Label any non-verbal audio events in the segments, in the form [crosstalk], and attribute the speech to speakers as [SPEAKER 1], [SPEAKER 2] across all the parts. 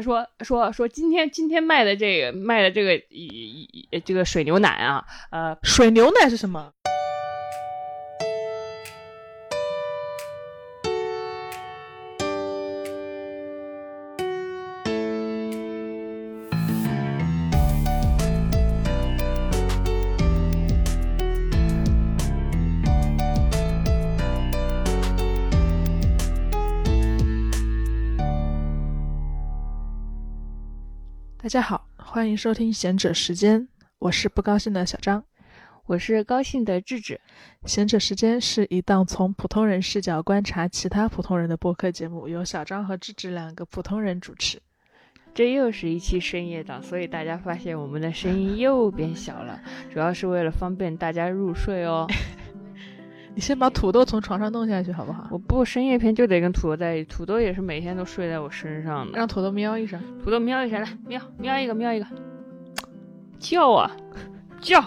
[SPEAKER 1] 他说说说今天今天卖的这个卖的这个一一一这个水牛奶啊，呃，
[SPEAKER 2] 水牛奶是什么？大家好，欢迎收听《贤者时间》，我是不高兴的小张。
[SPEAKER 1] 我是高兴的智智，
[SPEAKER 2] 《贤者时间》是一档从普通人视角观察其他普通人的播客节目，由小张和智智两个普通人主持。
[SPEAKER 1] 这又是一期深夜档，所以大家发现我们的声音又变小了，主要是为了方便大家入睡哦。
[SPEAKER 2] 你先把土豆从床上弄下去好不好？
[SPEAKER 1] 我不深夜片就得跟土豆在一起，土豆也是每天都睡在我身上的。
[SPEAKER 2] 让土豆喵一声。
[SPEAKER 1] 土豆喵一下来，喵喵一个，喵一个，叫啊叫。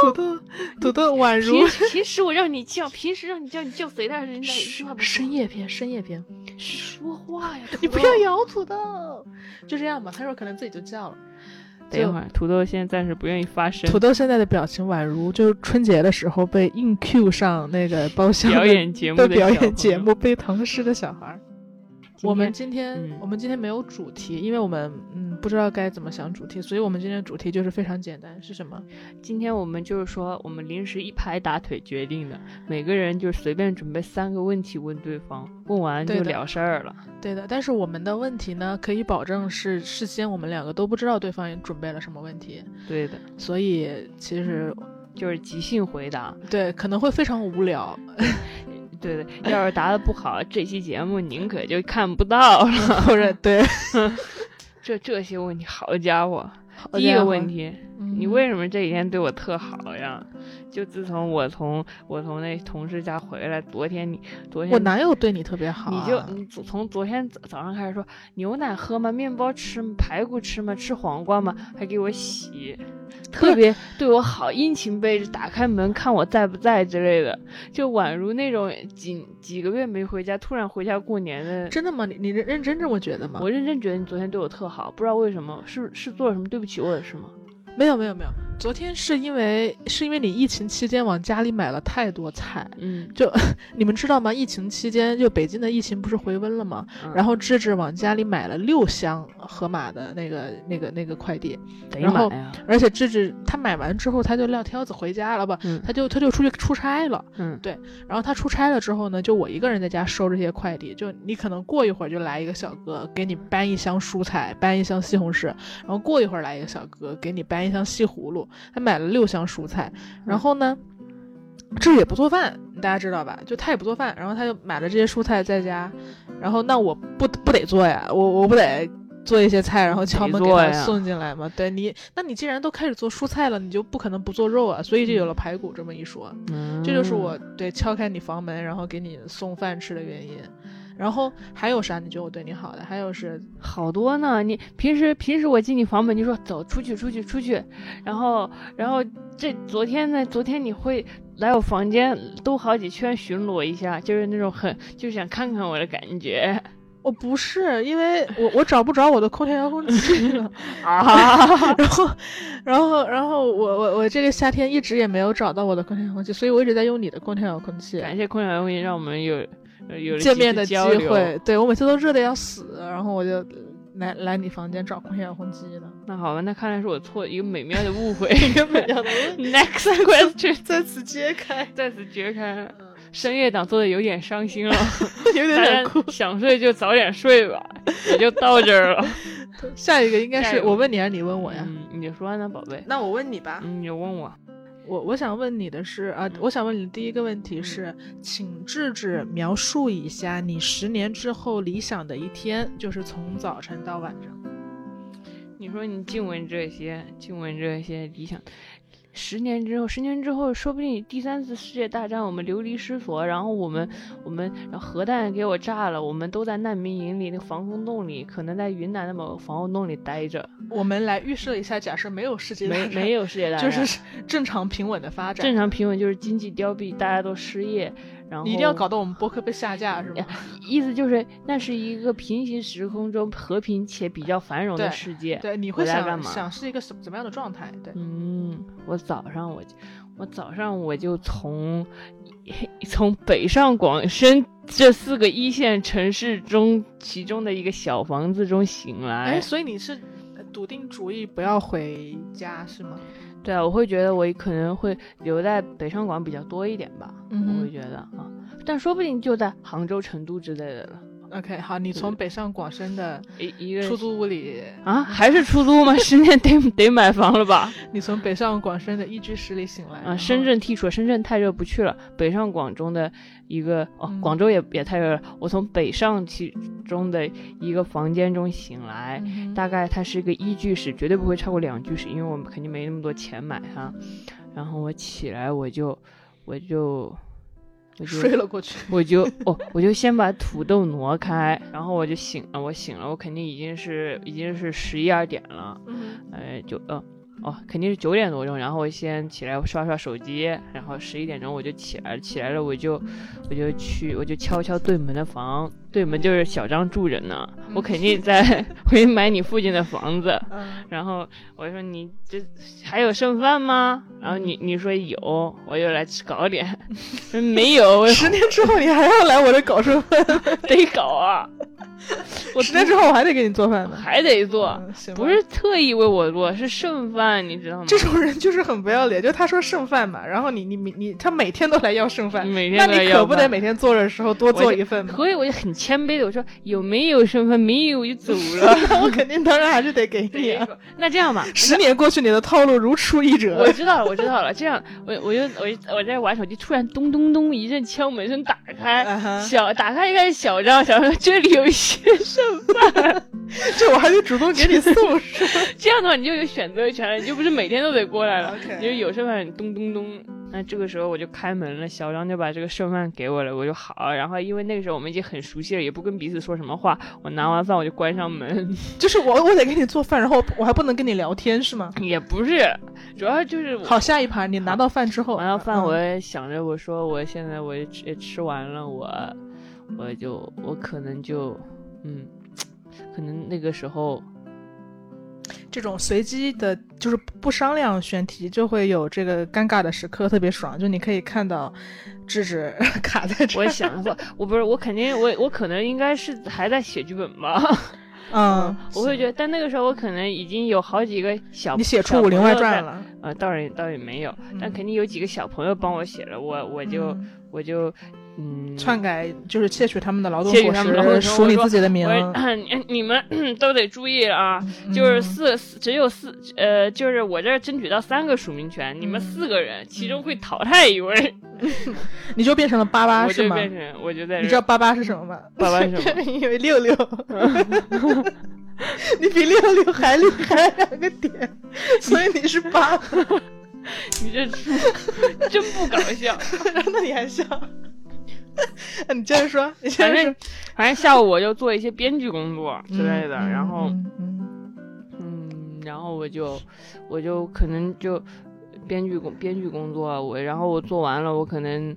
[SPEAKER 2] 土豆，土豆宛如
[SPEAKER 1] 平时平时我让你叫，平时让你叫你叫谁？但是人家一句话不
[SPEAKER 2] 深夜篇，深夜篇。
[SPEAKER 1] 说话呀，
[SPEAKER 2] 你
[SPEAKER 1] 土
[SPEAKER 2] 不
[SPEAKER 1] 豆
[SPEAKER 2] 要咬土豆，就这样吧。他说可能自己就叫了。
[SPEAKER 1] 等一会儿，土豆现在暂时不愿意发声
[SPEAKER 2] 土，豆现在的表情宛如就是春节的时候被硬 Q 上那个包厢的
[SPEAKER 1] 表演节目
[SPEAKER 2] 的
[SPEAKER 1] 的
[SPEAKER 2] 表
[SPEAKER 1] 小朋
[SPEAKER 2] 演
[SPEAKER 1] 友
[SPEAKER 2] 节。目被疼失的小孩儿。
[SPEAKER 1] 今
[SPEAKER 2] 我们
[SPEAKER 1] 天
[SPEAKER 2] 今天、
[SPEAKER 1] 嗯
[SPEAKER 2] 我们今天没有主题，因为我们嗯不知道该怎么想主题，所以我们今天的主题就是非常简单，是什么？
[SPEAKER 1] 今天我们就是说，我们临时一拍打腿决定的，每个人就随便准备三个问题问对方，问完
[SPEAKER 2] 对
[SPEAKER 1] 就
[SPEAKER 2] 的
[SPEAKER 1] 了事儿了。
[SPEAKER 2] 对的，但是我们的问题呢，可以保证是事先我们两个都不知道对方也准备了什么问题，
[SPEAKER 1] 对的，
[SPEAKER 2] 所以其实
[SPEAKER 1] 嗯就是即兴回答。
[SPEAKER 2] 对可能会非常无聊，
[SPEAKER 1] 对的，要是答的不好，这期节目您可就看不到了。 [laughs]
[SPEAKER 2] 或者对 [laughs]
[SPEAKER 1] 这这些问题，好家伙！
[SPEAKER 2] 好
[SPEAKER 1] 第一
[SPEAKER 2] 家
[SPEAKER 1] 个
[SPEAKER 2] 伙
[SPEAKER 1] 问题，
[SPEAKER 2] 嗯
[SPEAKER 1] 你为什么这几天对我特好呀？就自从我从我从那同事家回来，昨天你昨天
[SPEAKER 2] 我哪有对你特别好啊、
[SPEAKER 1] 你就你从从昨天早早上开始说牛奶喝吗？面包吃吗？排骨吃吗？吃黄瓜吗？还给我洗，特别对我好，殷勤背着打开门看我在不在之类的，就宛如那种几几个月没回家，突然回家过年的。
[SPEAKER 2] 真的吗？你你认认真这么觉得吗？
[SPEAKER 1] 我认真觉得你昨天对我特好，不知道为什么，是是做了什么对不起我的事吗？
[SPEAKER 2] 没有没有没有，昨天是因为是因为你疫情期间往家里买了太多菜，
[SPEAKER 1] 嗯，
[SPEAKER 2] 你们知道吗？疫情期间就北京的疫情不是回温了吗？
[SPEAKER 1] 嗯
[SPEAKER 2] 然后智智往家里买了六箱盒马的那个那个那个快递，
[SPEAKER 1] 得
[SPEAKER 2] 然后
[SPEAKER 1] 买 [laughs] 呀，
[SPEAKER 2] 而且智智他买完之后他就撂挑子回家了吧，
[SPEAKER 1] 嗯
[SPEAKER 2] 他就他就出去出差了。
[SPEAKER 1] 嗯，
[SPEAKER 2] 然后他出差了之后呢，就我一个人在家收这些快递，就你可能过一会儿就来一个小哥给你搬一箱蔬菜，搬一箱西红柿，然后过一会儿来一个小哥给你搬一箱西葫芦，他买了六箱蔬
[SPEAKER 1] 嗯
[SPEAKER 2] 菜，然后呢。这也不做饭，大家知道吧？就他也不做饭，然后他就买了这些蔬菜在家，然后那我不不得做呀，我我不得做一些菜，然后敲门
[SPEAKER 1] 得
[SPEAKER 2] 给
[SPEAKER 1] 做
[SPEAKER 2] 他
[SPEAKER 1] 呀
[SPEAKER 2] 送进来吗？对你，那你既然都开始做蔬菜了，你就不可能不做肉啊，所以就有了排骨这么一说。
[SPEAKER 1] 嗯
[SPEAKER 2] 这就是我对敲开你房门，然后给你送饭吃的原因。然后还有啥？你觉得我对你好的？还有是，
[SPEAKER 1] 好多呢。你平时平时我进你房门就说走出去出去出去，然后然后这昨天呢，昨天你会来我房间兜好几圈巡逻一下，就是那种很就想看看我的感觉
[SPEAKER 2] 我不是，因为我我找不着我的空调遥控器了。 [laughs]
[SPEAKER 1] 啊。
[SPEAKER 2] 然后，然后，然后我我我这个夏天一直也没有找到我的空调遥控器，所以我一直在用你的空调遥控器。
[SPEAKER 1] [laughs] 感谢空调微信让我们有有有了
[SPEAKER 2] 见面的
[SPEAKER 1] 几
[SPEAKER 2] 机
[SPEAKER 1] 次交流。
[SPEAKER 2] 会，对我每次都热的要死，然后我就来来你房间找空调遥控器
[SPEAKER 1] [laughs]
[SPEAKER 2] 了。
[SPEAKER 1] 那好吧，那看来是我错一个美妙的误
[SPEAKER 2] [laughs]
[SPEAKER 1] 会。
[SPEAKER 2] 根本要
[SPEAKER 1] [laughs] Next question，
[SPEAKER 2] 在此揭开，
[SPEAKER 1] 再次掘开。深夜党做的有点伤心
[SPEAKER 2] [laughs]
[SPEAKER 1] 了，
[SPEAKER 2] 有点
[SPEAKER 1] 大家
[SPEAKER 2] 想哭。
[SPEAKER 1] 想睡就早点睡吧，也就到这儿了。
[SPEAKER 2] 下一个应该
[SPEAKER 1] 下
[SPEAKER 2] 是
[SPEAKER 1] 一个
[SPEAKER 2] 我问你还是你问我呀？啊
[SPEAKER 1] 嗯，你说呢，宝贝？
[SPEAKER 2] 那我问你吧，
[SPEAKER 1] 嗯，你问我，
[SPEAKER 2] 我我想问你的是
[SPEAKER 1] 嗯
[SPEAKER 2] 啊，我想问你的第一个问题是，请智智描述一下你十年之后理想的一天，就是从早晨到晚上。
[SPEAKER 1] 你说你静问这些，静问这些理想，十年之后，十年之后，说不定第三次世界大战我们流离失所，然后我们我们然后核弹给我炸了，我们都在难民营里那个防空洞里，可能在云南的某个防空洞里待着，
[SPEAKER 2] 我们来预设一下，假设没有世界大
[SPEAKER 1] 没
[SPEAKER 2] 战，
[SPEAKER 1] 没有世界大
[SPEAKER 2] [laughs] 就
[SPEAKER 1] 战，
[SPEAKER 2] 是正常平稳的发展。
[SPEAKER 1] 正常平稳，就是经济凋敝，大家都失业，然后
[SPEAKER 2] 你一定要搞得我们播客被下架是吗？
[SPEAKER 1] 意思就是那是一个平行时空中和平且比较繁荣的
[SPEAKER 2] 对
[SPEAKER 1] 世界。
[SPEAKER 2] 对，你会
[SPEAKER 1] 回来干
[SPEAKER 2] 想
[SPEAKER 1] 嘛
[SPEAKER 2] 想是一个什怎么样的状态？对，
[SPEAKER 1] 嗯，我早上我就我早上我就从 [laughs] 从北上广深这四个一线城市中其中的一个小房子中醒来
[SPEAKER 2] 哎，。所以你是呃笃定主意不要回家是吗？
[SPEAKER 1] 对啊，我会觉得我可能会留在北上广比较多一点吧，
[SPEAKER 2] 嗯哼
[SPEAKER 1] 我会觉得啊，但说不定就在杭州、成都之类的了。
[SPEAKER 2] OK，好，你从北上广深的
[SPEAKER 1] 一一个人
[SPEAKER 2] 出租屋里，
[SPEAKER 1] 啊，还是出租吗？ [laughs] 十年得得买房了吧？
[SPEAKER 2] 你从北上广深的一居室里醒来
[SPEAKER 1] 啊，深，圳
[SPEAKER 2] 嗯
[SPEAKER 1] 剔除了，深圳太热不去了。北上广中的一个哦
[SPEAKER 2] 嗯，
[SPEAKER 1] 广州也也太热了。我从北上其中的一个房间中醒
[SPEAKER 2] 然
[SPEAKER 1] 来
[SPEAKER 2] 后，嗯哼 [laughs]
[SPEAKER 1] 大概它是一个一居室，绝对不会超过两居室，因为我们肯定没那么多钱买哈。然后我起来，我就我就我就
[SPEAKER 2] 睡了过去。
[SPEAKER 1] 我就哦，我就先把土豆挪开，然后我就醒了，我醒了，我肯定已经是已经是十一二点了。
[SPEAKER 2] 嗯
[SPEAKER 1] 呃，九呃，哦，肯定是九点多钟，然后我先起来刷刷手机，然后十一点钟我就起来了，起来了我就我就去我就敲敲对门的房，对门就是小张住着呢，我肯定在回买你附近的房子。
[SPEAKER 2] 嗯
[SPEAKER 1] 然后我就说你这还有剩饭吗？然后你你说有，我又来吃搞点，说没有，我
[SPEAKER 2] 十年之后你还要来我这搞什么？
[SPEAKER 1] 得搞啊，我
[SPEAKER 2] 十年之后我还得给你做
[SPEAKER 1] [laughs]
[SPEAKER 2] 饭呢。
[SPEAKER 1] 还得做，
[SPEAKER 2] 嗯行吧
[SPEAKER 1] 不是特意为我做，是剩饭，你知道吗？
[SPEAKER 2] 这种人就是很不要脸，就他说剩饭嘛，然后你你你你他每天都来要剩饭，
[SPEAKER 1] 每
[SPEAKER 2] 那
[SPEAKER 1] 天都来
[SPEAKER 2] 你
[SPEAKER 1] 要
[SPEAKER 2] 可不得
[SPEAKER 1] 饭
[SPEAKER 2] 每天做的时候多做一份吗？
[SPEAKER 1] 所以我就很谦卑的我说有没有身份？没 [laughs] 有我就走了。
[SPEAKER 2] [laughs] 那我肯定当然还是得给你、啊。
[SPEAKER 1] 那这样吧，
[SPEAKER 2] 十年过去，你的套路如出一辙
[SPEAKER 1] 我。知道了，我知道了。这样，我我就我就我在玩手机，突然咚咚咚一阵敲门声打开，
[SPEAKER 2] 啊哈
[SPEAKER 1] 小打开一看是小张，小张说这里有一些剩饭。
[SPEAKER 2] 这我还得主动给你送是吧
[SPEAKER 1] 这样的话你就有选择权了，你就不是每天都得过来 [laughs] 了
[SPEAKER 2] OK
[SPEAKER 1] 你就有剩饭咚咚咚。那这个时候我就开门了，小张就把这个剩饭给我了，我就好。然后因为那个时候我们已经很熟悉了，也不跟彼此说什么话。我拿完饭我就关上门。
[SPEAKER 2] 就是我我得给你做饭，然后我还不能跟你聊天是吗？
[SPEAKER 1] [laughs] 也不是，主要就是我
[SPEAKER 2] [laughs] 好，下一盘你拿到饭之后，
[SPEAKER 1] 完了饭，
[SPEAKER 2] 嗯
[SPEAKER 1] 我也想着我说我现在我也吃也吃完了，我我就我可能就嗯，可能那个时
[SPEAKER 2] [laughs]
[SPEAKER 1] 候
[SPEAKER 2] 这种随机的，就是不商量选题，就会有这个尴尬的时刻，特别爽。就你可以看到智智 [laughs] 卡在这
[SPEAKER 1] 我
[SPEAKER 2] 儿，
[SPEAKER 1] 想说，我不是我肯定我我可能应该是还在写剧本吧，
[SPEAKER 2] 嗯，
[SPEAKER 1] [laughs] 我会觉得，但那个时候我可能已经有好几个小
[SPEAKER 2] 你写出《
[SPEAKER 1] 小
[SPEAKER 2] 武林
[SPEAKER 1] 朋
[SPEAKER 2] 外
[SPEAKER 1] 友在
[SPEAKER 2] 传》了，
[SPEAKER 1] 啊，倒也倒也没有，但
[SPEAKER 2] 嗯
[SPEAKER 1] 肯定有几个小朋友帮我写了，我我就、
[SPEAKER 2] 嗯
[SPEAKER 1] 我就嗯
[SPEAKER 2] 篡改就是窃取他们的劳动
[SPEAKER 1] 窃取
[SPEAKER 2] 果
[SPEAKER 1] 他们的劳动
[SPEAKER 2] 实，署你自己的名
[SPEAKER 1] 我。说你 [clears throat] 你们都得注意了啊，[laughs]
[SPEAKER 2] 嗯
[SPEAKER 1] 就是四四只有四呃，就是我这儿争取到三个署名权，你们
[SPEAKER 2] 嗯
[SPEAKER 1] 四个人其中会淘汰一位，
[SPEAKER 2] 你就变成了巴巴
[SPEAKER 1] 我
[SPEAKER 2] 嗯是
[SPEAKER 1] 就
[SPEAKER 2] 吗？
[SPEAKER 1] 变成我就在
[SPEAKER 2] 你知
[SPEAKER 1] 这
[SPEAKER 2] 道
[SPEAKER 1] 儿
[SPEAKER 2] 巴巴是什么吗？
[SPEAKER 1] 爸爸是什么？
[SPEAKER 2] [laughs] 因为六六，你比六六还厉害两个点，所以你是八。
[SPEAKER 1] [laughs] 你这出真不搞
[SPEAKER 2] [laughs]
[SPEAKER 1] 笑。
[SPEAKER 2] 然后那你还笑？ [laughs] 啊你接着说， [laughs] 你接
[SPEAKER 1] 反
[SPEAKER 2] 着
[SPEAKER 1] 正
[SPEAKER 2] 说
[SPEAKER 1] 反正下午我就做一些编剧工作之类的，
[SPEAKER 2] 嗯
[SPEAKER 1] 然后
[SPEAKER 2] 嗯嗯
[SPEAKER 1] 嗯，然后我就我就可能就编剧工编剧工作，我然后我做完了，我可能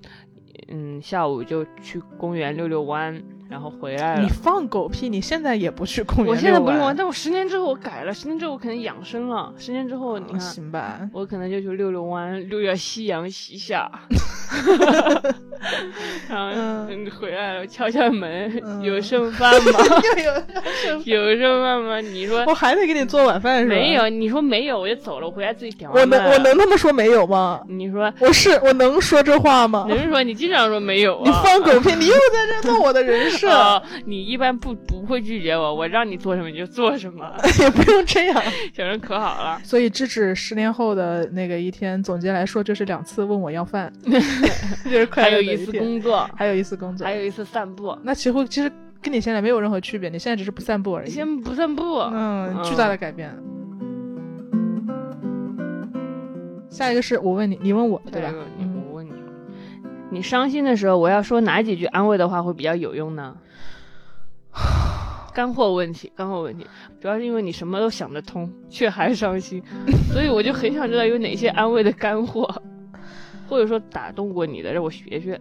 [SPEAKER 1] 嗯下午就去公园溜溜弯，然后回来了。
[SPEAKER 2] 你放狗屁！你哎现在也不去公园
[SPEAKER 1] 我
[SPEAKER 2] 遛弯，
[SPEAKER 1] 现在不用玩，但我十年之后我改了，十年之后我可能养生了，十年之后你
[SPEAKER 2] 哦
[SPEAKER 1] 看，
[SPEAKER 2] 行吧？
[SPEAKER 1] 我可能就去溜溜弯，溜溜夕阳西
[SPEAKER 2] [laughs]
[SPEAKER 1] 下，然后、
[SPEAKER 2] 嗯
[SPEAKER 1] 回来了敲敲门，
[SPEAKER 2] 嗯
[SPEAKER 1] [laughs] 有剩饭吗？
[SPEAKER 2] [laughs]
[SPEAKER 1] [laughs]
[SPEAKER 2] 又有，
[SPEAKER 1] 有剩饭吗？你说
[SPEAKER 2] 我还得给你做晚饭是吧？
[SPEAKER 1] 没，有，你说没有，我就走了，我回家自己点
[SPEAKER 2] 我
[SPEAKER 1] 外卖
[SPEAKER 2] 能
[SPEAKER 1] 了。
[SPEAKER 2] 我能他妈说没有吗？
[SPEAKER 1] 你说，
[SPEAKER 2] 我是我能说这话吗？
[SPEAKER 1] 人家说你经常说没有啊？
[SPEAKER 2] 你放狗屁！你又在这弄我的人设，
[SPEAKER 1] 哦你一般不不会拒绝我，我让你做什么你就做什么，
[SPEAKER 2] [laughs]
[SPEAKER 1] [laughs]
[SPEAKER 2] 也不用这样。
[SPEAKER 1] 小人可好了。
[SPEAKER 2] 所以智智十年后的那个一天，总结来说就是两次问我要 [laughs] 饭，就是快
[SPEAKER 1] 还
[SPEAKER 2] 乐
[SPEAKER 1] 有
[SPEAKER 2] 的
[SPEAKER 1] 一
[SPEAKER 2] 一
[SPEAKER 1] 次
[SPEAKER 2] 天，
[SPEAKER 1] 工作，
[SPEAKER 2] 还有一次工作
[SPEAKER 1] 还。有一次散步，
[SPEAKER 2] 那其实其实跟你现在没有任何区别，你现在只是不散步而已。
[SPEAKER 1] 先不散步。
[SPEAKER 2] 嗯，
[SPEAKER 1] 嗯
[SPEAKER 2] 巨大的改变。下一个是我问你，你问我，对吧？
[SPEAKER 1] 你
[SPEAKER 2] 嗯
[SPEAKER 1] 我问你，你伤心的时候，我要说哪几句安慰的话会比较有用
[SPEAKER 2] [sighs]
[SPEAKER 1] 呢？干货问题，干货问题，主要是因为你什么都想得通，却还伤心，所以我就很想知道有哪些安慰的干货，或者说打动过你的，让我学学。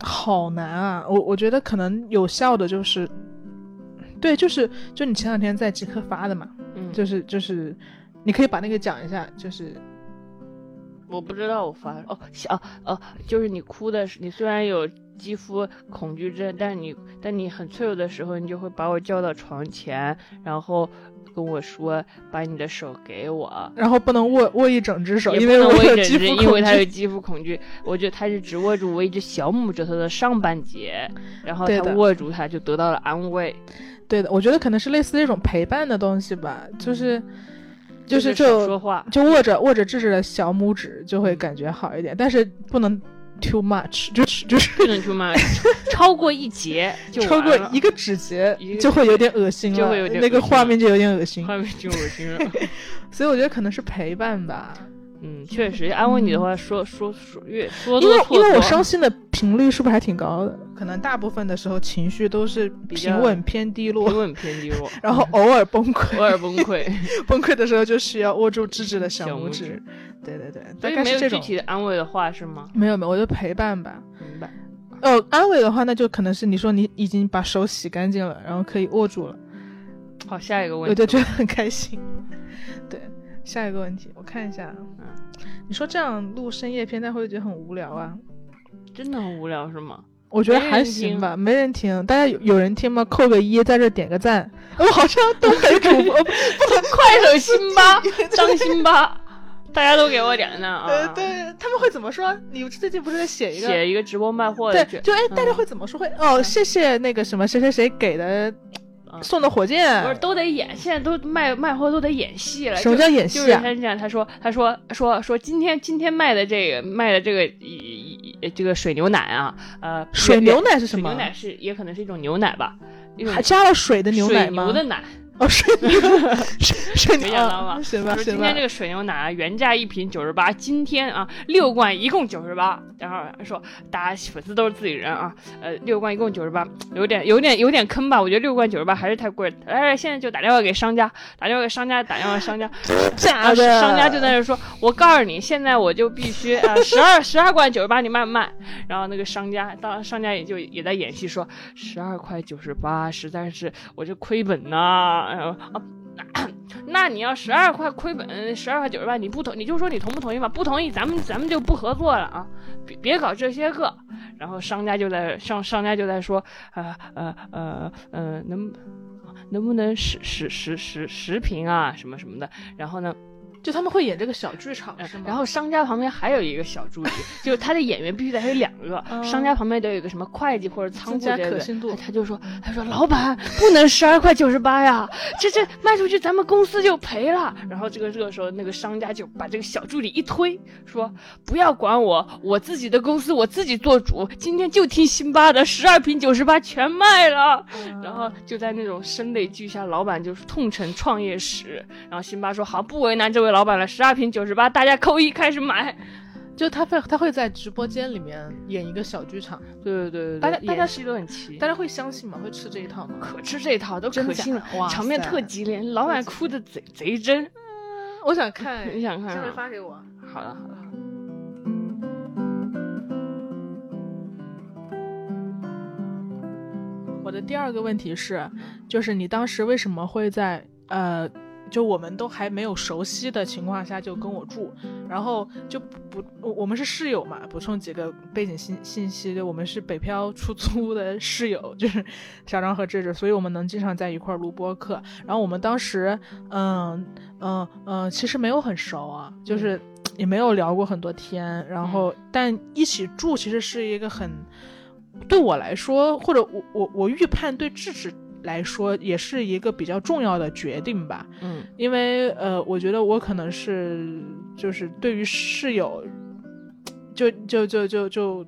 [SPEAKER 2] 好难啊！我我觉得可能有效的就是，对，就是就你前两天在极客发的嘛，
[SPEAKER 1] 嗯，
[SPEAKER 2] 就是就是，你可以把那个讲一下，就是
[SPEAKER 1] 我不知道我发哦哦哦，就是你哭的时，你虽然有肌肤恐惧症，但你但你很脆弱的时候，你就会把我叫到床前，然后跟我说把你的手给我。
[SPEAKER 2] 然后不能握握一整只手，
[SPEAKER 1] 也
[SPEAKER 2] 因
[SPEAKER 1] 不
[SPEAKER 2] 为
[SPEAKER 1] 能
[SPEAKER 2] 我
[SPEAKER 1] 我
[SPEAKER 2] 有
[SPEAKER 1] 一
[SPEAKER 2] 肌
[SPEAKER 1] 整只，
[SPEAKER 2] 肤
[SPEAKER 1] 因为
[SPEAKER 2] 恐
[SPEAKER 1] 他有
[SPEAKER 2] 惧。
[SPEAKER 1] 肌肤恐惧。我觉得他是只握住我一只小拇指头的上半截，然后
[SPEAKER 2] 对
[SPEAKER 1] 他
[SPEAKER 2] 的
[SPEAKER 1] 握住他就得到了安慰，
[SPEAKER 2] 对的，我觉得可能是类似这种陪伴的东西吧，就是就是
[SPEAKER 1] 嗯是少
[SPEAKER 2] 就
[SPEAKER 1] 说话。嗯
[SPEAKER 2] 就握着握着智智的小拇指就会感觉好一点，但是不能 too much，就是就是
[SPEAKER 1] 不能出卖，超过一节就
[SPEAKER 2] 超过
[SPEAKER 1] 完了
[SPEAKER 2] 一个指节
[SPEAKER 1] 一个
[SPEAKER 2] 就会有点恶心了，
[SPEAKER 1] 就会有点
[SPEAKER 2] 那个
[SPEAKER 1] 恶心
[SPEAKER 2] 画
[SPEAKER 1] 了
[SPEAKER 2] 面就有点恶心，
[SPEAKER 1] 画面
[SPEAKER 2] [laughs]
[SPEAKER 1] 就恶心了。
[SPEAKER 2] 所以我觉得可能是陪伴吧，
[SPEAKER 1] 嗯，确实安慰你的话，说说说越说
[SPEAKER 2] 因
[SPEAKER 1] 多
[SPEAKER 2] 为
[SPEAKER 1] 错
[SPEAKER 2] 因
[SPEAKER 1] 多。
[SPEAKER 2] 为我伤心的频率是不是还挺高的？可能大部分的时候情绪都是
[SPEAKER 1] 比较
[SPEAKER 2] 平稳偏低
[SPEAKER 1] 平
[SPEAKER 2] 落，
[SPEAKER 1] 稳偏低落，
[SPEAKER 2] 然后偶尔崩
[SPEAKER 1] [laughs] 偶
[SPEAKER 2] 溃，
[SPEAKER 1] 尔崩溃，
[SPEAKER 2] [laughs] 崩溃的时候就需要握住智智的小
[SPEAKER 1] 小拇
[SPEAKER 2] 指
[SPEAKER 1] 指，
[SPEAKER 2] 对对对，
[SPEAKER 1] 所
[SPEAKER 2] 大
[SPEAKER 1] 以
[SPEAKER 2] 概
[SPEAKER 1] 没
[SPEAKER 2] 是
[SPEAKER 1] 有
[SPEAKER 2] 这
[SPEAKER 1] 具
[SPEAKER 2] 种。
[SPEAKER 1] 体的安慰的话是吗？
[SPEAKER 2] 没有没有，我就陪伴吧。
[SPEAKER 1] 明白。
[SPEAKER 2] 哦，安慰的话，那就可能是你说你已经把手洗干净了，然后可以握住了，
[SPEAKER 1] 好，下一个问题。
[SPEAKER 2] 我就觉得很
[SPEAKER 1] [laughs]
[SPEAKER 2] 开心。对，下一个问题，我看一下。啊
[SPEAKER 1] 嗯，
[SPEAKER 2] 你说这样录深夜片，大家会觉得很无聊啊？
[SPEAKER 1] 真的很无聊是
[SPEAKER 2] [laughs]
[SPEAKER 1] 吗？
[SPEAKER 2] 我觉得
[SPEAKER 1] 没
[SPEAKER 2] 还
[SPEAKER 1] 人
[SPEAKER 2] 行
[SPEAKER 1] 听
[SPEAKER 2] 吧，没人听。大家有有人听吗？扣个一，在这点个赞。 [laughs] 我好像东北主播，不
[SPEAKER 1] 快手辛巴，张辛巴，大家都给我点赞
[SPEAKER 2] 呃
[SPEAKER 1] [laughs] 啊！，
[SPEAKER 2] [laughs] 对，他们会怎么说？你最近不是在写一个？
[SPEAKER 1] 写一个直播卖货的
[SPEAKER 2] 对，
[SPEAKER 1] 卷，
[SPEAKER 2] 就哎，大家
[SPEAKER 1] 嗯
[SPEAKER 2] 会怎么说？会哦，谢谢那个什么谁谁谁给的
[SPEAKER 1] 啊
[SPEAKER 2] 送的火箭。
[SPEAKER 1] 不是都得演，现在都卖卖货都得演戏了。
[SPEAKER 2] 什么
[SPEAKER 1] 就
[SPEAKER 2] 叫演
[SPEAKER 1] 就
[SPEAKER 2] 戏
[SPEAKER 1] 是
[SPEAKER 2] 啊
[SPEAKER 1] 他？是这样，他说，他说，说说今天今天卖的这个卖的这个一一这个水牛奶啊，呃，
[SPEAKER 2] 水
[SPEAKER 1] 也
[SPEAKER 2] 牛奶是
[SPEAKER 1] 水
[SPEAKER 2] 什么啊
[SPEAKER 1] 牛？奶是也可能是一种牛奶吧，一种
[SPEAKER 2] 还加了水的牛奶
[SPEAKER 1] 水
[SPEAKER 2] 吗
[SPEAKER 1] 牛？的奶。
[SPEAKER 2] 哦，
[SPEAKER 1] [laughs]
[SPEAKER 2] 水牛，水水
[SPEAKER 1] 没
[SPEAKER 2] 牛
[SPEAKER 1] 想到吧
[SPEAKER 2] 啊，行吧
[SPEAKER 1] 他说
[SPEAKER 2] 行
[SPEAKER 1] 今
[SPEAKER 2] 吧
[SPEAKER 1] 天这。个水牛奶啊，原价一瓶九十八，今天啊六罐一共九十八。然后说大家粉丝都是自己人啊，呃六罐一共九十八，有点有点有点坑吧？我觉得六罐九十八还是太贵了。来来，现在就打电话给商家，打电话给商家，打电话给商家，
[SPEAKER 2] 假
[SPEAKER 1] 然后
[SPEAKER 2] 的，
[SPEAKER 1] 商家就在那说：“我告诉你，现在我就必须啊，十二十二块九十八，你卖不卖？”然后那个商家，当商家也就也在演戏说：“十二块九十八，实在是我这亏本呐、然后啊。咳那你要十二块亏本，十二块九十八，你不同你就说你同不同意吧？不同意，咱们咱们就不合作了啊！别别搞这些个。然后商家就在商商家就在说，呃呃呃呃，能能不能十十十十十瓶啊，什么什么的。然后呢，
[SPEAKER 2] 就他们会演这个小剧场
[SPEAKER 1] 嗯
[SPEAKER 2] 哦是吗？
[SPEAKER 1] 然后商家旁边还有一个小
[SPEAKER 2] [laughs]
[SPEAKER 1] 助理，就是他的演员必须得还有两个，
[SPEAKER 2] 嗯
[SPEAKER 1] 商家旁边得有一个什么会计或者仓
[SPEAKER 2] 增
[SPEAKER 1] 库
[SPEAKER 2] 加
[SPEAKER 1] 之类
[SPEAKER 2] 可
[SPEAKER 1] 的
[SPEAKER 2] 信度
[SPEAKER 1] 他他就说，他说老板不能十二块九十八呀，这这卖出去咱们公司就赔了。然后这个这个时候，那个商家就把这个小助理一推，说不要管我，我自己的公司我自己做主，今天就听辛巴的，十二瓶九十八全卖了。
[SPEAKER 2] 嗯
[SPEAKER 1] 然后就在那种声泪俱下，老板就是痛陈创业史。然后辛巴说：“好，不为难这位老板了，十二瓶九十八，大家扣一开始买。
[SPEAKER 2] 就他会他会在直播间里面演一个小剧场，”
[SPEAKER 1] 对对对，
[SPEAKER 2] 大家大家
[SPEAKER 1] 戏都很齐，
[SPEAKER 2] 大家会相信吗？会吃这一套吗？
[SPEAKER 1] 可吃这一套，都
[SPEAKER 2] 真
[SPEAKER 1] 可
[SPEAKER 2] 假
[SPEAKER 1] 信了，
[SPEAKER 2] 哇
[SPEAKER 1] 场面
[SPEAKER 2] 塞
[SPEAKER 1] 特激烈，老板哭的贼贼真。
[SPEAKER 2] 我想看，
[SPEAKER 1] 你想看
[SPEAKER 2] 下
[SPEAKER 1] 啊
[SPEAKER 2] 面发给我。
[SPEAKER 1] 好了好了，
[SPEAKER 2] 我的第二个问题是，就是你当时为什么会在呃，就我们都还没有熟悉的情况下就跟我住，然后就不我我们是室友嘛？补充几个背景信信息，就我们是北漂 [laughs] 出租的室友，就是小张和智智，所以我们能经常在一块儿录播课。然后我们当时嗯嗯嗯，其实没有很熟啊，就是也没有聊过很多天，然后但一起住其实是一个很。对我来说，或者我我我预判对智智来说，也是一个比较重要的决定吧。
[SPEAKER 1] 嗯
[SPEAKER 2] 因为呃，我觉得我可能是就是对于室友，就就就就就。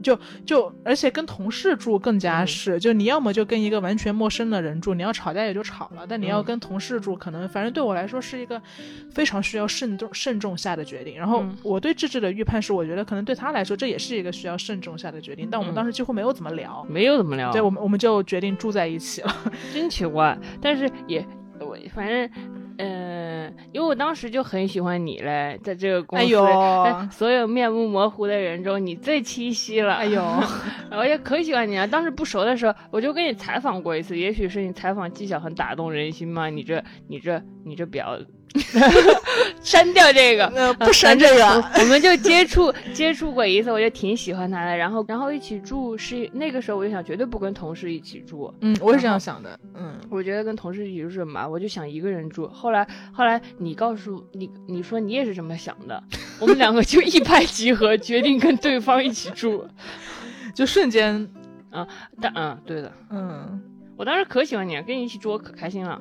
[SPEAKER 2] 就就，而且跟同事住更加
[SPEAKER 1] 嗯
[SPEAKER 2] 是，就你要么就跟一个完全陌生的人住，你要吵架也就吵了，但你要
[SPEAKER 1] 嗯
[SPEAKER 2] 跟同事住，可能反正对我来说是一个非常需要慎重慎重下的决定。然后
[SPEAKER 1] 嗯
[SPEAKER 2] 我对智智的预判是，我觉得可能对他来说这也是一个需要慎重下的决定，但我们
[SPEAKER 1] 嗯啊
[SPEAKER 2] 当时几乎没有怎么聊，
[SPEAKER 1] 没有怎么聊，
[SPEAKER 2] 对我们我们就决定住在一起了。
[SPEAKER 1] 真奇怪，但是也我反正，嗯、嗯，因为我当时就很喜欢你嘞，在这个公
[SPEAKER 2] [laughs] 哎
[SPEAKER 1] 司，
[SPEAKER 2] 呦，
[SPEAKER 1] [laughs] 在所有面目模糊的人中，你最清晰了。
[SPEAKER 2] 哎
[SPEAKER 1] [laughs]
[SPEAKER 2] 呦， [laughs]
[SPEAKER 1] 我也可喜欢你了。啊当时不熟的时候，我就跟你采访过一次，也许是你采访技巧很打动人心嘛。你这、你这、你这表， [laughs] 删掉这个。
[SPEAKER 2] 呃， [laughs] 不
[SPEAKER 1] [laughs]
[SPEAKER 2] 删这
[SPEAKER 1] 我
[SPEAKER 2] 个，
[SPEAKER 1] 我们就接触接触过一次，我就挺喜欢他的。然后，然后一起住是那个时候，我就想绝对不跟同事一起住。
[SPEAKER 2] 嗯，我也是这样想的，嗯，
[SPEAKER 1] 我觉得跟同事一起住是嘛，我就想一个人住。后来后来你告诉你你说你也是这么想的，我们两个就一拍即合，决定跟对方一起住。 [laughs]
[SPEAKER 2] 就瞬间，
[SPEAKER 1] 但嗯，对的，
[SPEAKER 2] 嗯，
[SPEAKER 1] 我当时可喜欢你了，跟你一起住我可开心了，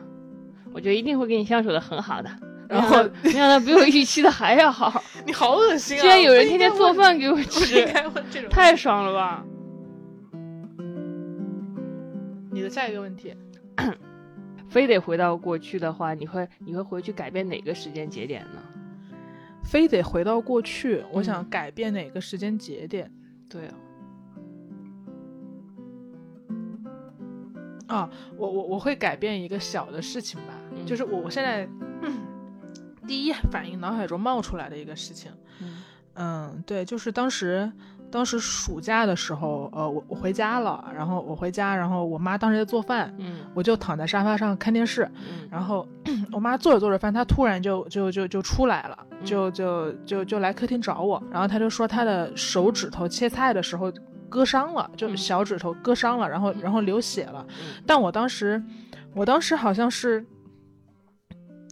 [SPEAKER 1] 我觉得一定会跟你相处的很好的。然后没想到比我预期的还要好，
[SPEAKER 2] 你好恶心啊！
[SPEAKER 1] 居然有人
[SPEAKER 2] 不
[SPEAKER 1] 天
[SPEAKER 2] 应该
[SPEAKER 1] 天做
[SPEAKER 2] 问，
[SPEAKER 1] 饭给我
[SPEAKER 2] 不应
[SPEAKER 1] 吃，
[SPEAKER 2] 该问这种。
[SPEAKER 1] 太爽了吧！
[SPEAKER 2] 你的下一个问题，
[SPEAKER 1] 非得回到过去的话，你会你会回去改变哪个时间节点呢？
[SPEAKER 2] 非得回到过去，我
[SPEAKER 1] 嗯
[SPEAKER 2] 想改变哪个时间节点？
[SPEAKER 1] 对啊，
[SPEAKER 2] 啊我我我会改变一个小的事情吧，
[SPEAKER 1] 嗯
[SPEAKER 2] 就是我我现在、嗯第一反应脑海中冒出来的一个事情，
[SPEAKER 1] 嗯
[SPEAKER 2] 嗯，对，就是当时当时暑假的时候，呃，我我回家了，然后我回家，然后我妈当时在做饭，
[SPEAKER 1] 嗯
[SPEAKER 2] 我就躺在沙发上看电视，
[SPEAKER 1] 嗯
[SPEAKER 2] 然后 [clears throat] 我妈做着做着饭，她突然就就就就出来了，
[SPEAKER 1] 嗯
[SPEAKER 2] 就就就就来客厅找我，然后她就说她的手指头切菜的时候割伤了，就
[SPEAKER 1] 嗯
[SPEAKER 2] 小指头割伤了，然后
[SPEAKER 1] 嗯
[SPEAKER 2] 然后流血了
[SPEAKER 1] 嗯，
[SPEAKER 2] 但我当时我当时好像是。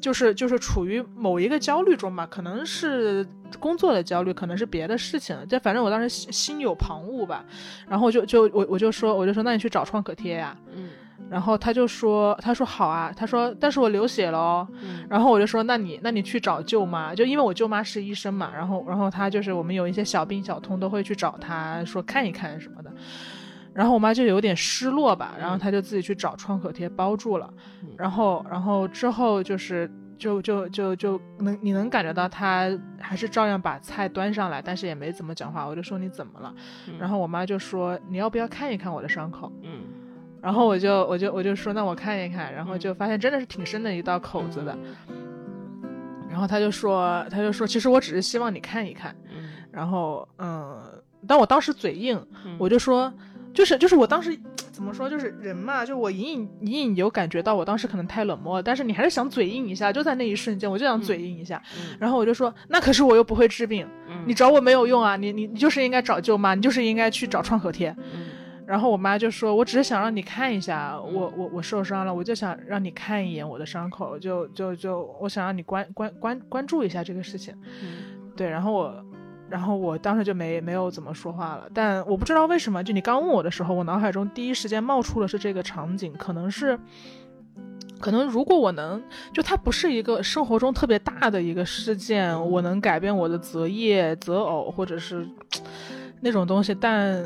[SPEAKER 2] 就是就是处于某一个焦虑中吧，可能是工作的焦虑，可能是别的事情，但反正我当时心心有旁骛吧，然后我就就我我就说我就说那你去找创可贴呀、
[SPEAKER 1] 嗯
[SPEAKER 2] 然后他就说，他说好啊，他说但是我流血了哦。
[SPEAKER 1] 嗯
[SPEAKER 2] 然后我就说，那你那你去找舅妈，就因为我舅妈是医生嘛，然后然后她就是我们有一些小病小痛都会去找她说看一看什么的。然后我妈就有点失落吧，然后她就自己去找创可贴包住了
[SPEAKER 1] 嗯，
[SPEAKER 2] 然后然后之后就是。就就就就能你能感觉到她还是照样把菜端上来，但是也没怎么讲话。我就说你怎么了？
[SPEAKER 1] 嗯
[SPEAKER 2] 然后我妈就说你要不要看一看我的伤口？
[SPEAKER 1] 嗯
[SPEAKER 2] 然后我就我就我就说那我看一看，然后就发现真的是挺深的一道口子的。然后他就说他就说其实我只是希望你看一看。
[SPEAKER 1] 嗯
[SPEAKER 2] 然后嗯，但我当时嘴硬，
[SPEAKER 1] 嗯
[SPEAKER 2] 我就说就是就是我当时怎么说就是人嘛，就我隐隐隐隐有感觉到我当时可能太冷漠了，但是你还是想嘴硬一下，就在那一瞬间我就想嘴硬一下。
[SPEAKER 1] 嗯
[SPEAKER 2] 然后我就说那可是我又不会治病，
[SPEAKER 1] 嗯
[SPEAKER 2] 你找我没有用啊，你你你就是应该找舅妈，你就是应该去找创可贴。
[SPEAKER 1] 嗯
[SPEAKER 2] 然后我妈就说：“我只是想让你看一下，我我我受伤了，我就想让你看一眼我的伤口，就就就我想让你关关关关注一下这个事情。
[SPEAKER 1] 嗯”
[SPEAKER 2] 对，然后我，然后我当时就没没有怎么说话了。但我不知道为什么，就你刚问我的时候，我脑海中第一时间冒出的是这个场景，可能是。可能如果我能，就它不是一个生活中特别大的一个事件，我能改变我的择业、择偶或者是那种东西，但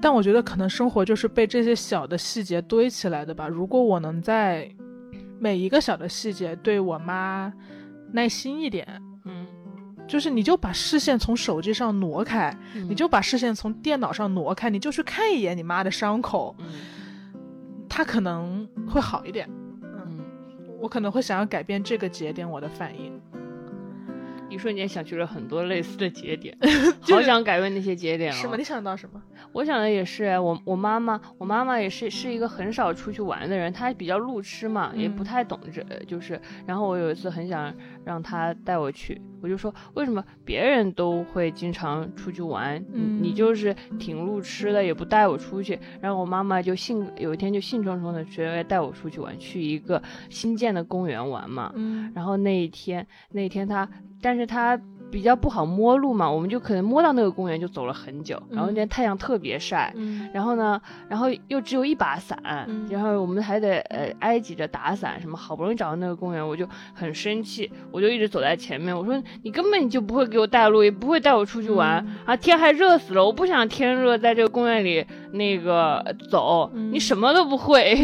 [SPEAKER 2] 但我觉得可能生活就是被这些小的细节堆起来的吧。如果我能在每一个小的细节对我妈耐心一点，
[SPEAKER 1] 嗯
[SPEAKER 2] 就是你就把视线从手机上挪开，
[SPEAKER 1] 嗯
[SPEAKER 2] 你就把视线从电脑上挪开，你就去看一眼你妈的伤口，
[SPEAKER 1] 嗯
[SPEAKER 2] 她可能会好一点。
[SPEAKER 1] 嗯，
[SPEAKER 2] 我可能会想要改变这个节点我的反应。
[SPEAKER 1] 一瞬间想去了很多类似的节点，
[SPEAKER 2] 就
[SPEAKER 1] 好
[SPEAKER 2] 是
[SPEAKER 1] 想改变那些节点、哦。
[SPEAKER 2] 是吗？你想到什么？
[SPEAKER 1] 我想的也是，我我妈妈，我妈妈也是是一个很少出去玩的人，她比较路痴嘛，
[SPEAKER 2] 嗯
[SPEAKER 1] 也不太懂这就是。然后我有一次很想让她带我去，我就说为什么别人都会经常出去玩，
[SPEAKER 2] 嗯
[SPEAKER 1] 你你就是挺路痴的，也不带我出去。然后我妈妈就兴有一天就兴冲冲的直接带我出去玩，去一个新建的公园玩嘛。
[SPEAKER 2] 嗯
[SPEAKER 1] 然后那一天，那一天他，但是他比较不好摸路嘛，我们就可能摸到那个公园就走了很久。然后那天太阳特别晒，
[SPEAKER 2] 嗯
[SPEAKER 1] 然后呢，然后又只有一把伞，
[SPEAKER 2] 嗯
[SPEAKER 1] 然后我们还得呃挨挤着打伞什么。好不容易找到那个公园，我就很生气，我就一直走在前面。我说你根本就不会给我带路，也不会带我出去玩、
[SPEAKER 2] 嗯
[SPEAKER 1] 啊！天还热死了，我不想天热在这个公园里那个走，
[SPEAKER 2] 嗯 [laughs]
[SPEAKER 1] 你什么都不会。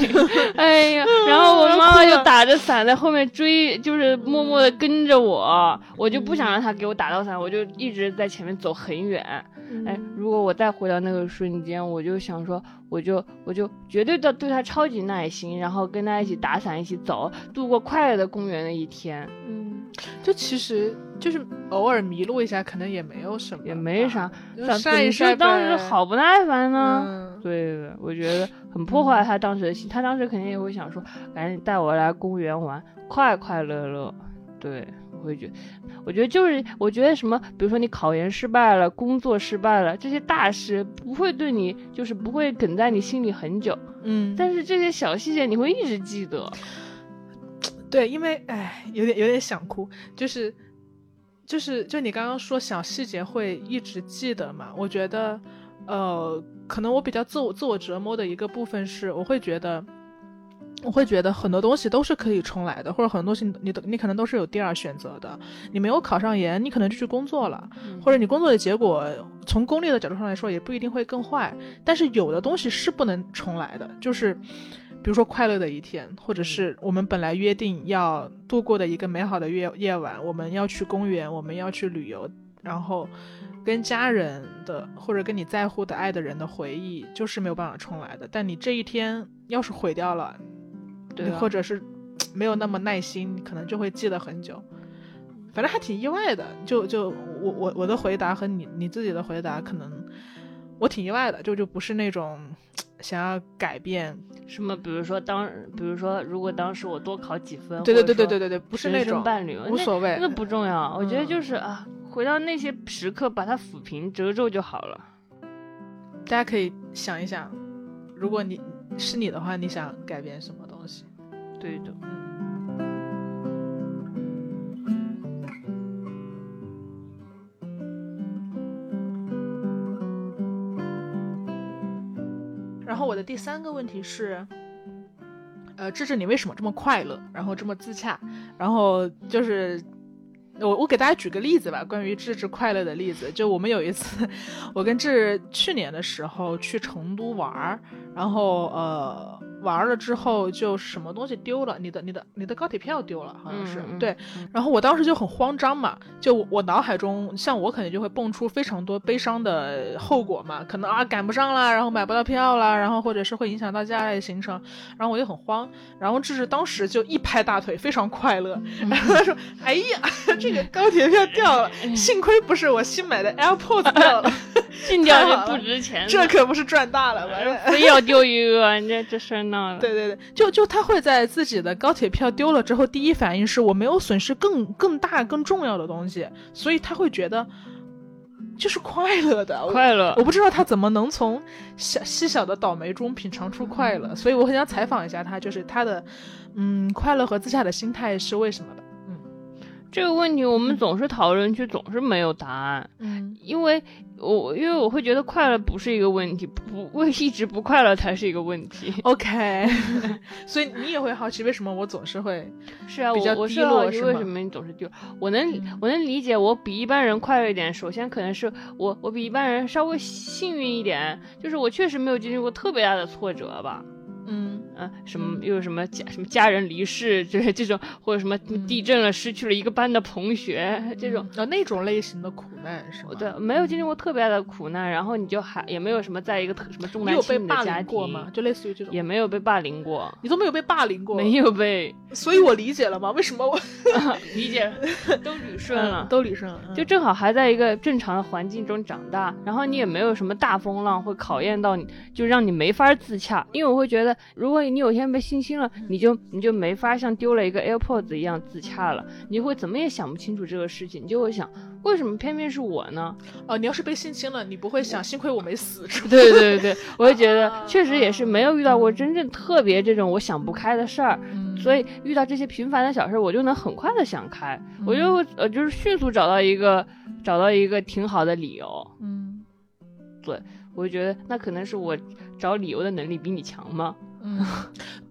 [SPEAKER 1] 哎呀，然后我妈妈
[SPEAKER 2] 嗯哭
[SPEAKER 1] 就
[SPEAKER 2] 了嗯
[SPEAKER 1] 打打着伞在后面追，就是默默的跟着我，我就不想让他给我打到伞，我就一直在前面走很远。
[SPEAKER 2] 嗯
[SPEAKER 1] 哎，如果我再回到那个瞬间，我就想说，我就我就绝对的对他超级耐心，然后跟他一起打伞，一起走，度过快乐的公园的一天，
[SPEAKER 2] 嗯，就其实就是偶尔迷路一下，可能也没有什么，
[SPEAKER 1] 也没啥，。
[SPEAKER 2] 就
[SPEAKER 1] 但
[SPEAKER 2] 晒一
[SPEAKER 1] 总
[SPEAKER 2] 晒
[SPEAKER 1] 之
[SPEAKER 2] 呗。
[SPEAKER 1] 当时好不耐烦呢。
[SPEAKER 2] 嗯，
[SPEAKER 1] 对的，我觉得很破坏他当时的心。他当时肯定也会想说，赶紧带我来公园玩，快快乐乐。对，我会觉得，我觉得就是，我觉得什么，比如说你考研失败了，工作失败了，这些大事不会对你，就是不会梗在你心里很久，
[SPEAKER 2] 嗯，
[SPEAKER 1] 但是这些小细节你会一直记得。
[SPEAKER 2] 对，因为哎，有点有点想哭，就是就是就你刚刚说小细节会一直记得嘛，我觉得呃，可能我比较自我自我折磨的一个部分是，我会觉得。我会觉得很多东西都是可以重来的，或者很多东西你你都你可能都是有第二选择的。你没有考上研，你可能就去工作了，嗯
[SPEAKER 1] 嗯
[SPEAKER 2] 或者你工作的结果从功利的角度上来说也不一定会更坏。但是有的东西是不能重来的，就是比如说快乐的一天，或者是我们本来约定要度过的一个美好的夜夜晚，我们要去公园，我们要去旅游，然后跟家人的或者跟你在乎的爱的人的回忆，就是没有办法重来的。但你这一天要是毁掉了，
[SPEAKER 1] 对、啊，
[SPEAKER 2] 或者是没有那么耐心，你可能就会记得很久。反正还挺意外的，就就我我我的回答和你你自己的回答，可能我挺意外的，就就不是那种想要改变，
[SPEAKER 1] 什么，比如说当，比如说如果当时我多考几分，
[SPEAKER 2] 对对
[SPEAKER 1] 或者
[SPEAKER 2] 对对
[SPEAKER 1] 说
[SPEAKER 2] 对对对，不是
[SPEAKER 1] 人
[SPEAKER 2] 那
[SPEAKER 1] 生
[SPEAKER 2] 种
[SPEAKER 1] 伴侣，
[SPEAKER 2] 无
[SPEAKER 1] 那
[SPEAKER 2] 所谓
[SPEAKER 1] 那，个不重要，我觉得
[SPEAKER 2] 嗯
[SPEAKER 1] 就是啊，回到那些时刻，把它抚平、折皱就好了。
[SPEAKER 2] 大家可以想一想，如果你是你的话，你想改变什么东西？
[SPEAKER 1] 对的，
[SPEAKER 2] 然后我的第三个问题是，呃，芝芝，你为什么这么快乐，然后这么自洽？然后就是我我给大家举个例子吧，关于芝芝快乐的例子。就我们有一次， [laughs] 我跟芝芝去年的时候去成都玩儿，然后呃玩了之后就什么东西丢了，你的你的你的高铁票丢了，好像是、
[SPEAKER 1] 嗯嗯
[SPEAKER 2] 对。然后我当时就很慌张嘛，就我我脑海中，像我肯定就会蹦出非常多悲伤的后果嘛，可能啊赶不上啦，然后买不到票啦，然后或者是会影响到接下来的行程，然后我就很慌，然后智智当时就一拍大腿，非常快乐，
[SPEAKER 1] 嗯
[SPEAKER 2] [laughs] 然后他说：“哎呀，这个高铁票掉了，
[SPEAKER 1] 嗯
[SPEAKER 2] 幸亏不是我新买的 AirPods
[SPEAKER 1] 啊
[SPEAKER 2] 掉了，
[SPEAKER 1] 禁掉是不值钱的，
[SPEAKER 2] [laughs] 这可不是赚大了吗？”
[SPEAKER 1] 非要丢一个，你这这事儿闹的。
[SPEAKER 2] [laughs] 对对对，就就他会在自己的高铁票丢了之后，第一反应是我没有损失更更大更重要的东西，所以他会觉得就是快乐的。我
[SPEAKER 1] 快乐
[SPEAKER 2] 我，不知道他怎么能从小细小的倒霉中品尝出快
[SPEAKER 1] 嗯
[SPEAKER 2] 乐，所以我很想采访一下他，就是他的嗯快乐和自洽的心态是为什么的？
[SPEAKER 1] 这个问题我们总是讨论却总是没有答案，
[SPEAKER 2] 嗯
[SPEAKER 1] 因为我因为我会觉得快乐不是一个问题，不 [laughs] 我一直不快乐才是一个问题。
[SPEAKER 2] ，OK，所以
[SPEAKER 1] [laughs]
[SPEAKER 2] 你也会好奇为什么我总是会
[SPEAKER 1] 是啊，
[SPEAKER 2] 比较
[SPEAKER 1] 我我
[SPEAKER 2] 低
[SPEAKER 1] 是
[SPEAKER 2] 落
[SPEAKER 1] 好奇
[SPEAKER 2] 是
[SPEAKER 1] 为
[SPEAKER 2] 吗
[SPEAKER 1] 什么你总是丢。我能
[SPEAKER 2] 嗯
[SPEAKER 1] 我能理解，我比一般人快乐一点。首先可能是我我比一般人稍微幸运一点，就是我确实没有经历过特别大的挫折吧。
[SPEAKER 2] 嗯
[SPEAKER 1] 啊，什么又有什么家什么家人离世，就是这种，或者什么
[SPEAKER 2] 嗯
[SPEAKER 1] 地震了失去了一个班的同学这种。
[SPEAKER 2] 呃那种类型的苦难是吗？
[SPEAKER 1] 对，没有经历过特别大的苦难，然后你就还也没有什么在一个特什么重
[SPEAKER 2] 你
[SPEAKER 1] 男
[SPEAKER 2] 有
[SPEAKER 1] 轻
[SPEAKER 2] 被
[SPEAKER 1] 女的
[SPEAKER 2] 霸
[SPEAKER 1] 家
[SPEAKER 2] 凌过
[SPEAKER 1] 庭，
[SPEAKER 2] 吗？就类似于这种，
[SPEAKER 1] 也没有被霸凌过，
[SPEAKER 2] 你都没有被霸凌过，
[SPEAKER 1] 没有被 [laughs]
[SPEAKER 2] 所以我理解了嘛，为什么我
[SPEAKER 1] 理
[SPEAKER 2] [laughs]
[SPEAKER 1] 解，都捋顺了，
[SPEAKER 2] 都理顺了，嗯
[SPEAKER 1] 就正好还在一个正常的环境中长大，然后你也没有什么大风浪会考验到你，就让你没法自洽。因为我会觉得，如果你有一天被性侵了，你就你就没法像丢了一个 AirPods 一样自洽了，你会怎么也想不清楚这个事情，你就会想，为什么偏偏是我呢？ [laughs]
[SPEAKER 2] 哦，你要是被性侵了，你不会想幸亏我没死，是吧？
[SPEAKER 1] 对对对，我会觉得
[SPEAKER 2] 啊
[SPEAKER 1] 确实也是没有遇到过真正特别这种我想不开的事儿，嗯所
[SPEAKER 2] 以
[SPEAKER 1] 以遇到这些平凡的小事儿，我就能很快的想开，我
[SPEAKER 2] 嗯
[SPEAKER 1] 就呃就是迅速找到一个找到一个挺好的理由。
[SPEAKER 2] 嗯
[SPEAKER 1] 我就觉得那可能是我找理由的能力比你强吗？
[SPEAKER 2] 嗯，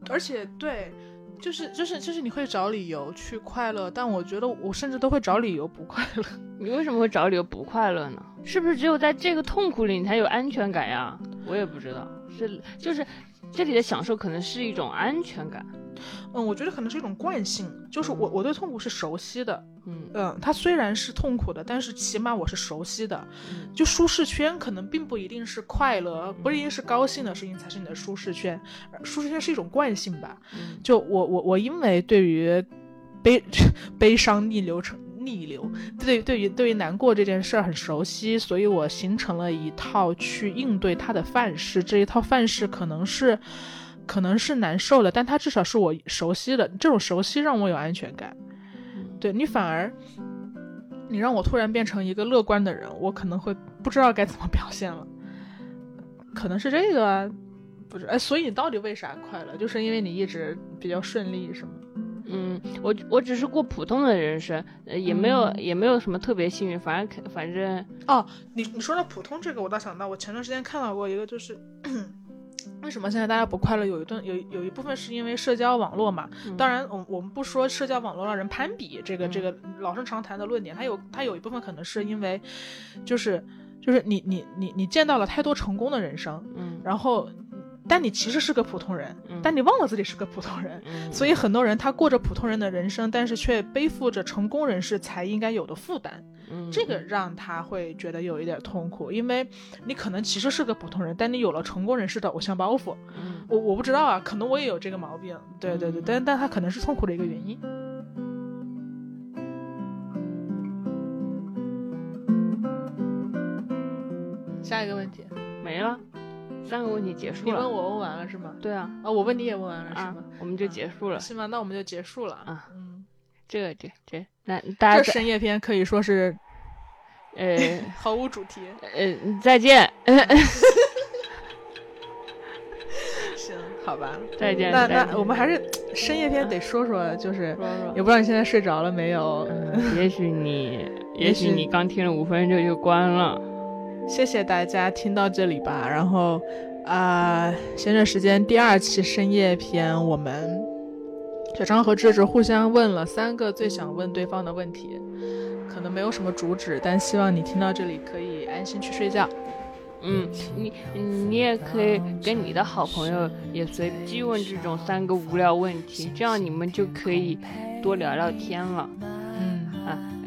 [SPEAKER 2] 而且对。就是就是就是你会找理由去快乐，但我觉得我甚至都会找理由不快乐。
[SPEAKER 1] 你为什么会找理由不快乐呢？是不是只有在这个痛苦里你才有安全感呀？我也不知道，是就是这里的享受可能是一种安全感，
[SPEAKER 2] 嗯，我觉得可能是一种惯性，就是我我对痛苦是熟悉的，
[SPEAKER 1] 嗯
[SPEAKER 2] 嗯，它虽然是痛苦的，但是起码我是熟悉的。
[SPEAKER 1] 嗯
[SPEAKER 2] 就舒适圈可能并不一定是快乐，不一定是高兴的事情才是你的舒适圈，而舒适圈是一种惯性吧。
[SPEAKER 1] 嗯
[SPEAKER 2] 就我我我因为对于悲 [laughs] 悲伤逆流成逆流，对对于对于难过这件事儿很熟悉，所以我形成了一套去应对它的范式。这一套范式可能是可能是难受的，但它至少是我熟悉的，这种熟悉让我有安全感。
[SPEAKER 1] 嗯
[SPEAKER 2] 对你反而，你让我突然变成一个乐观的人，我可能会不知道该怎么表现了，可能是这个啊，不是？哎，所以你到底为啥快乐？就是因为你一直比较顺利，是吗？
[SPEAKER 1] 嗯，我我只是过普通的人生，呃也没有、
[SPEAKER 2] 嗯
[SPEAKER 1] 也没有什么特别幸运，反正肯反正
[SPEAKER 2] 你你说到普通这个，我倒想到我前段时间看到过一个，就是 [clears throat] 为什么现在大家不快乐？有一段有有一部分是因为社交网络嘛。
[SPEAKER 1] 嗯
[SPEAKER 2] 当然，我我们不说社交网络让人攀比这个
[SPEAKER 1] 嗯
[SPEAKER 2] 这个老生常谈的论点，它有它有一部分可能是因为，就是就是你你你你见到了太多成功的人生，
[SPEAKER 1] 嗯
[SPEAKER 2] 然后但你其实是个普通人，
[SPEAKER 1] 嗯
[SPEAKER 2] 但你忘了自己是个普通人。
[SPEAKER 1] 嗯
[SPEAKER 2] 所以很多人他过着普通人的人生，但是却背负着成功人士才应该有的负担。
[SPEAKER 1] 嗯
[SPEAKER 2] 这个让他会觉得有一点痛苦，因为你可能其实是个普通人，但你有了成功人士的偶像包袱。
[SPEAKER 1] 嗯
[SPEAKER 2] 我我不知道啊，可能我也有这个毛病。对对对，
[SPEAKER 1] 嗯
[SPEAKER 2] 但但他可能是痛苦的一个原因。下一个问题，
[SPEAKER 1] 没了，三个问题结束
[SPEAKER 2] 你问
[SPEAKER 1] 了，
[SPEAKER 2] 我问嗯完了是吗？
[SPEAKER 1] 对啊
[SPEAKER 2] 啊、我问你也问完了是
[SPEAKER 1] 啊
[SPEAKER 2] 吗？，
[SPEAKER 1] 我们就结束了，
[SPEAKER 2] 行吧，那我们就结束了。
[SPEAKER 1] 啊
[SPEAKER 2] 嗯，
[SPEAKER 1] 这个这这那大家再
[SPEAKER 2] 这深夜篇可以说是
[SPEAKER 1] 呃。
[SPEAKER 2] 毫无主题。
[SPEAKER 1] 呃，再见，
[SPEAKER 2] 行，好吧。
[SPEAKER 1] 再见。
[SPEAKER 2] 那
[SPEAKER 1] 再见
[SPEAKER 2] 那我们还是深夜篇得说说，就是
[SPEAKER 1] 说
[SPEAKER 2] 也
[SPEAKER 1] 说，
[SPEAKER 2] 不知道你现在睡着了没有？
[SPEAKER 1] 嗯也许 [laughs] 你，
[SPEAKER 2] 也
[SPEAKER 1] 也
[SPEAKER 2] 许
[SPEAKER 1] 许你刚听了五分钟就关了。
[SPEAKER 2] 谢谢大家听到这里吧。然后，啊、闲着时间第二期深夜篇，我们小张和智智互相问了三个最想问对方的问题，可能没有什么主旨，但希望你听到这里可以安心去睡觉。
[SPEAKER 1] 嗯，你你也可以跟你的好朋友也随机问这种三个无聊问题，这样你们就可以多聊聊天了。
[SPEAKER 2] 嗯，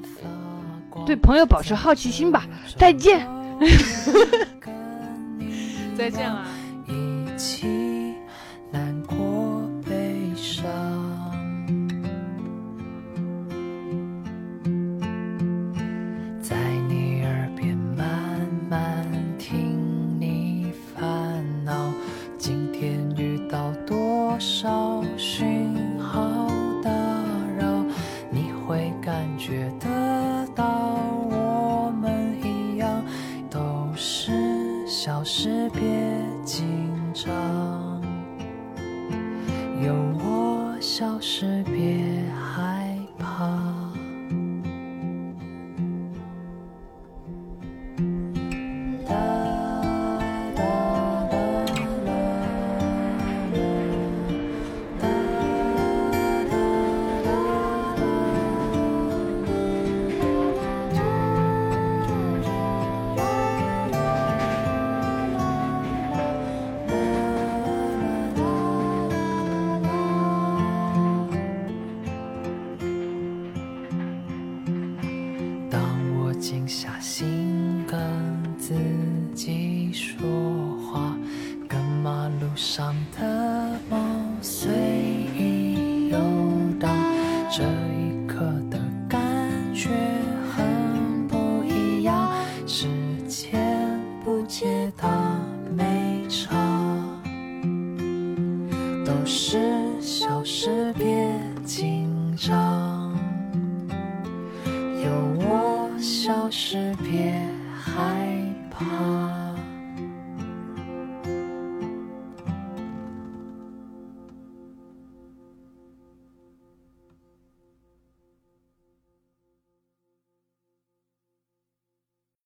[SPEAKER 1] 对朋友保持好奇心吧。再见。
[SPEAKER 2] 再见啦。
[SPEAKER 3] 一起难过悲伤。在你耳边慢慢听你烦恼，今天遇到多少讯号打扰，你会感觉得到，我们一样都是小事，别紧张。有我，小事别害怕。哒哒哒啦哒哒哒啦当我静下心跟自己说话，跟马路上的梦随意游荡，这一刻的感觉很不一样。时间不解答没差，都是小事，别紧张。有我，小事别害怕。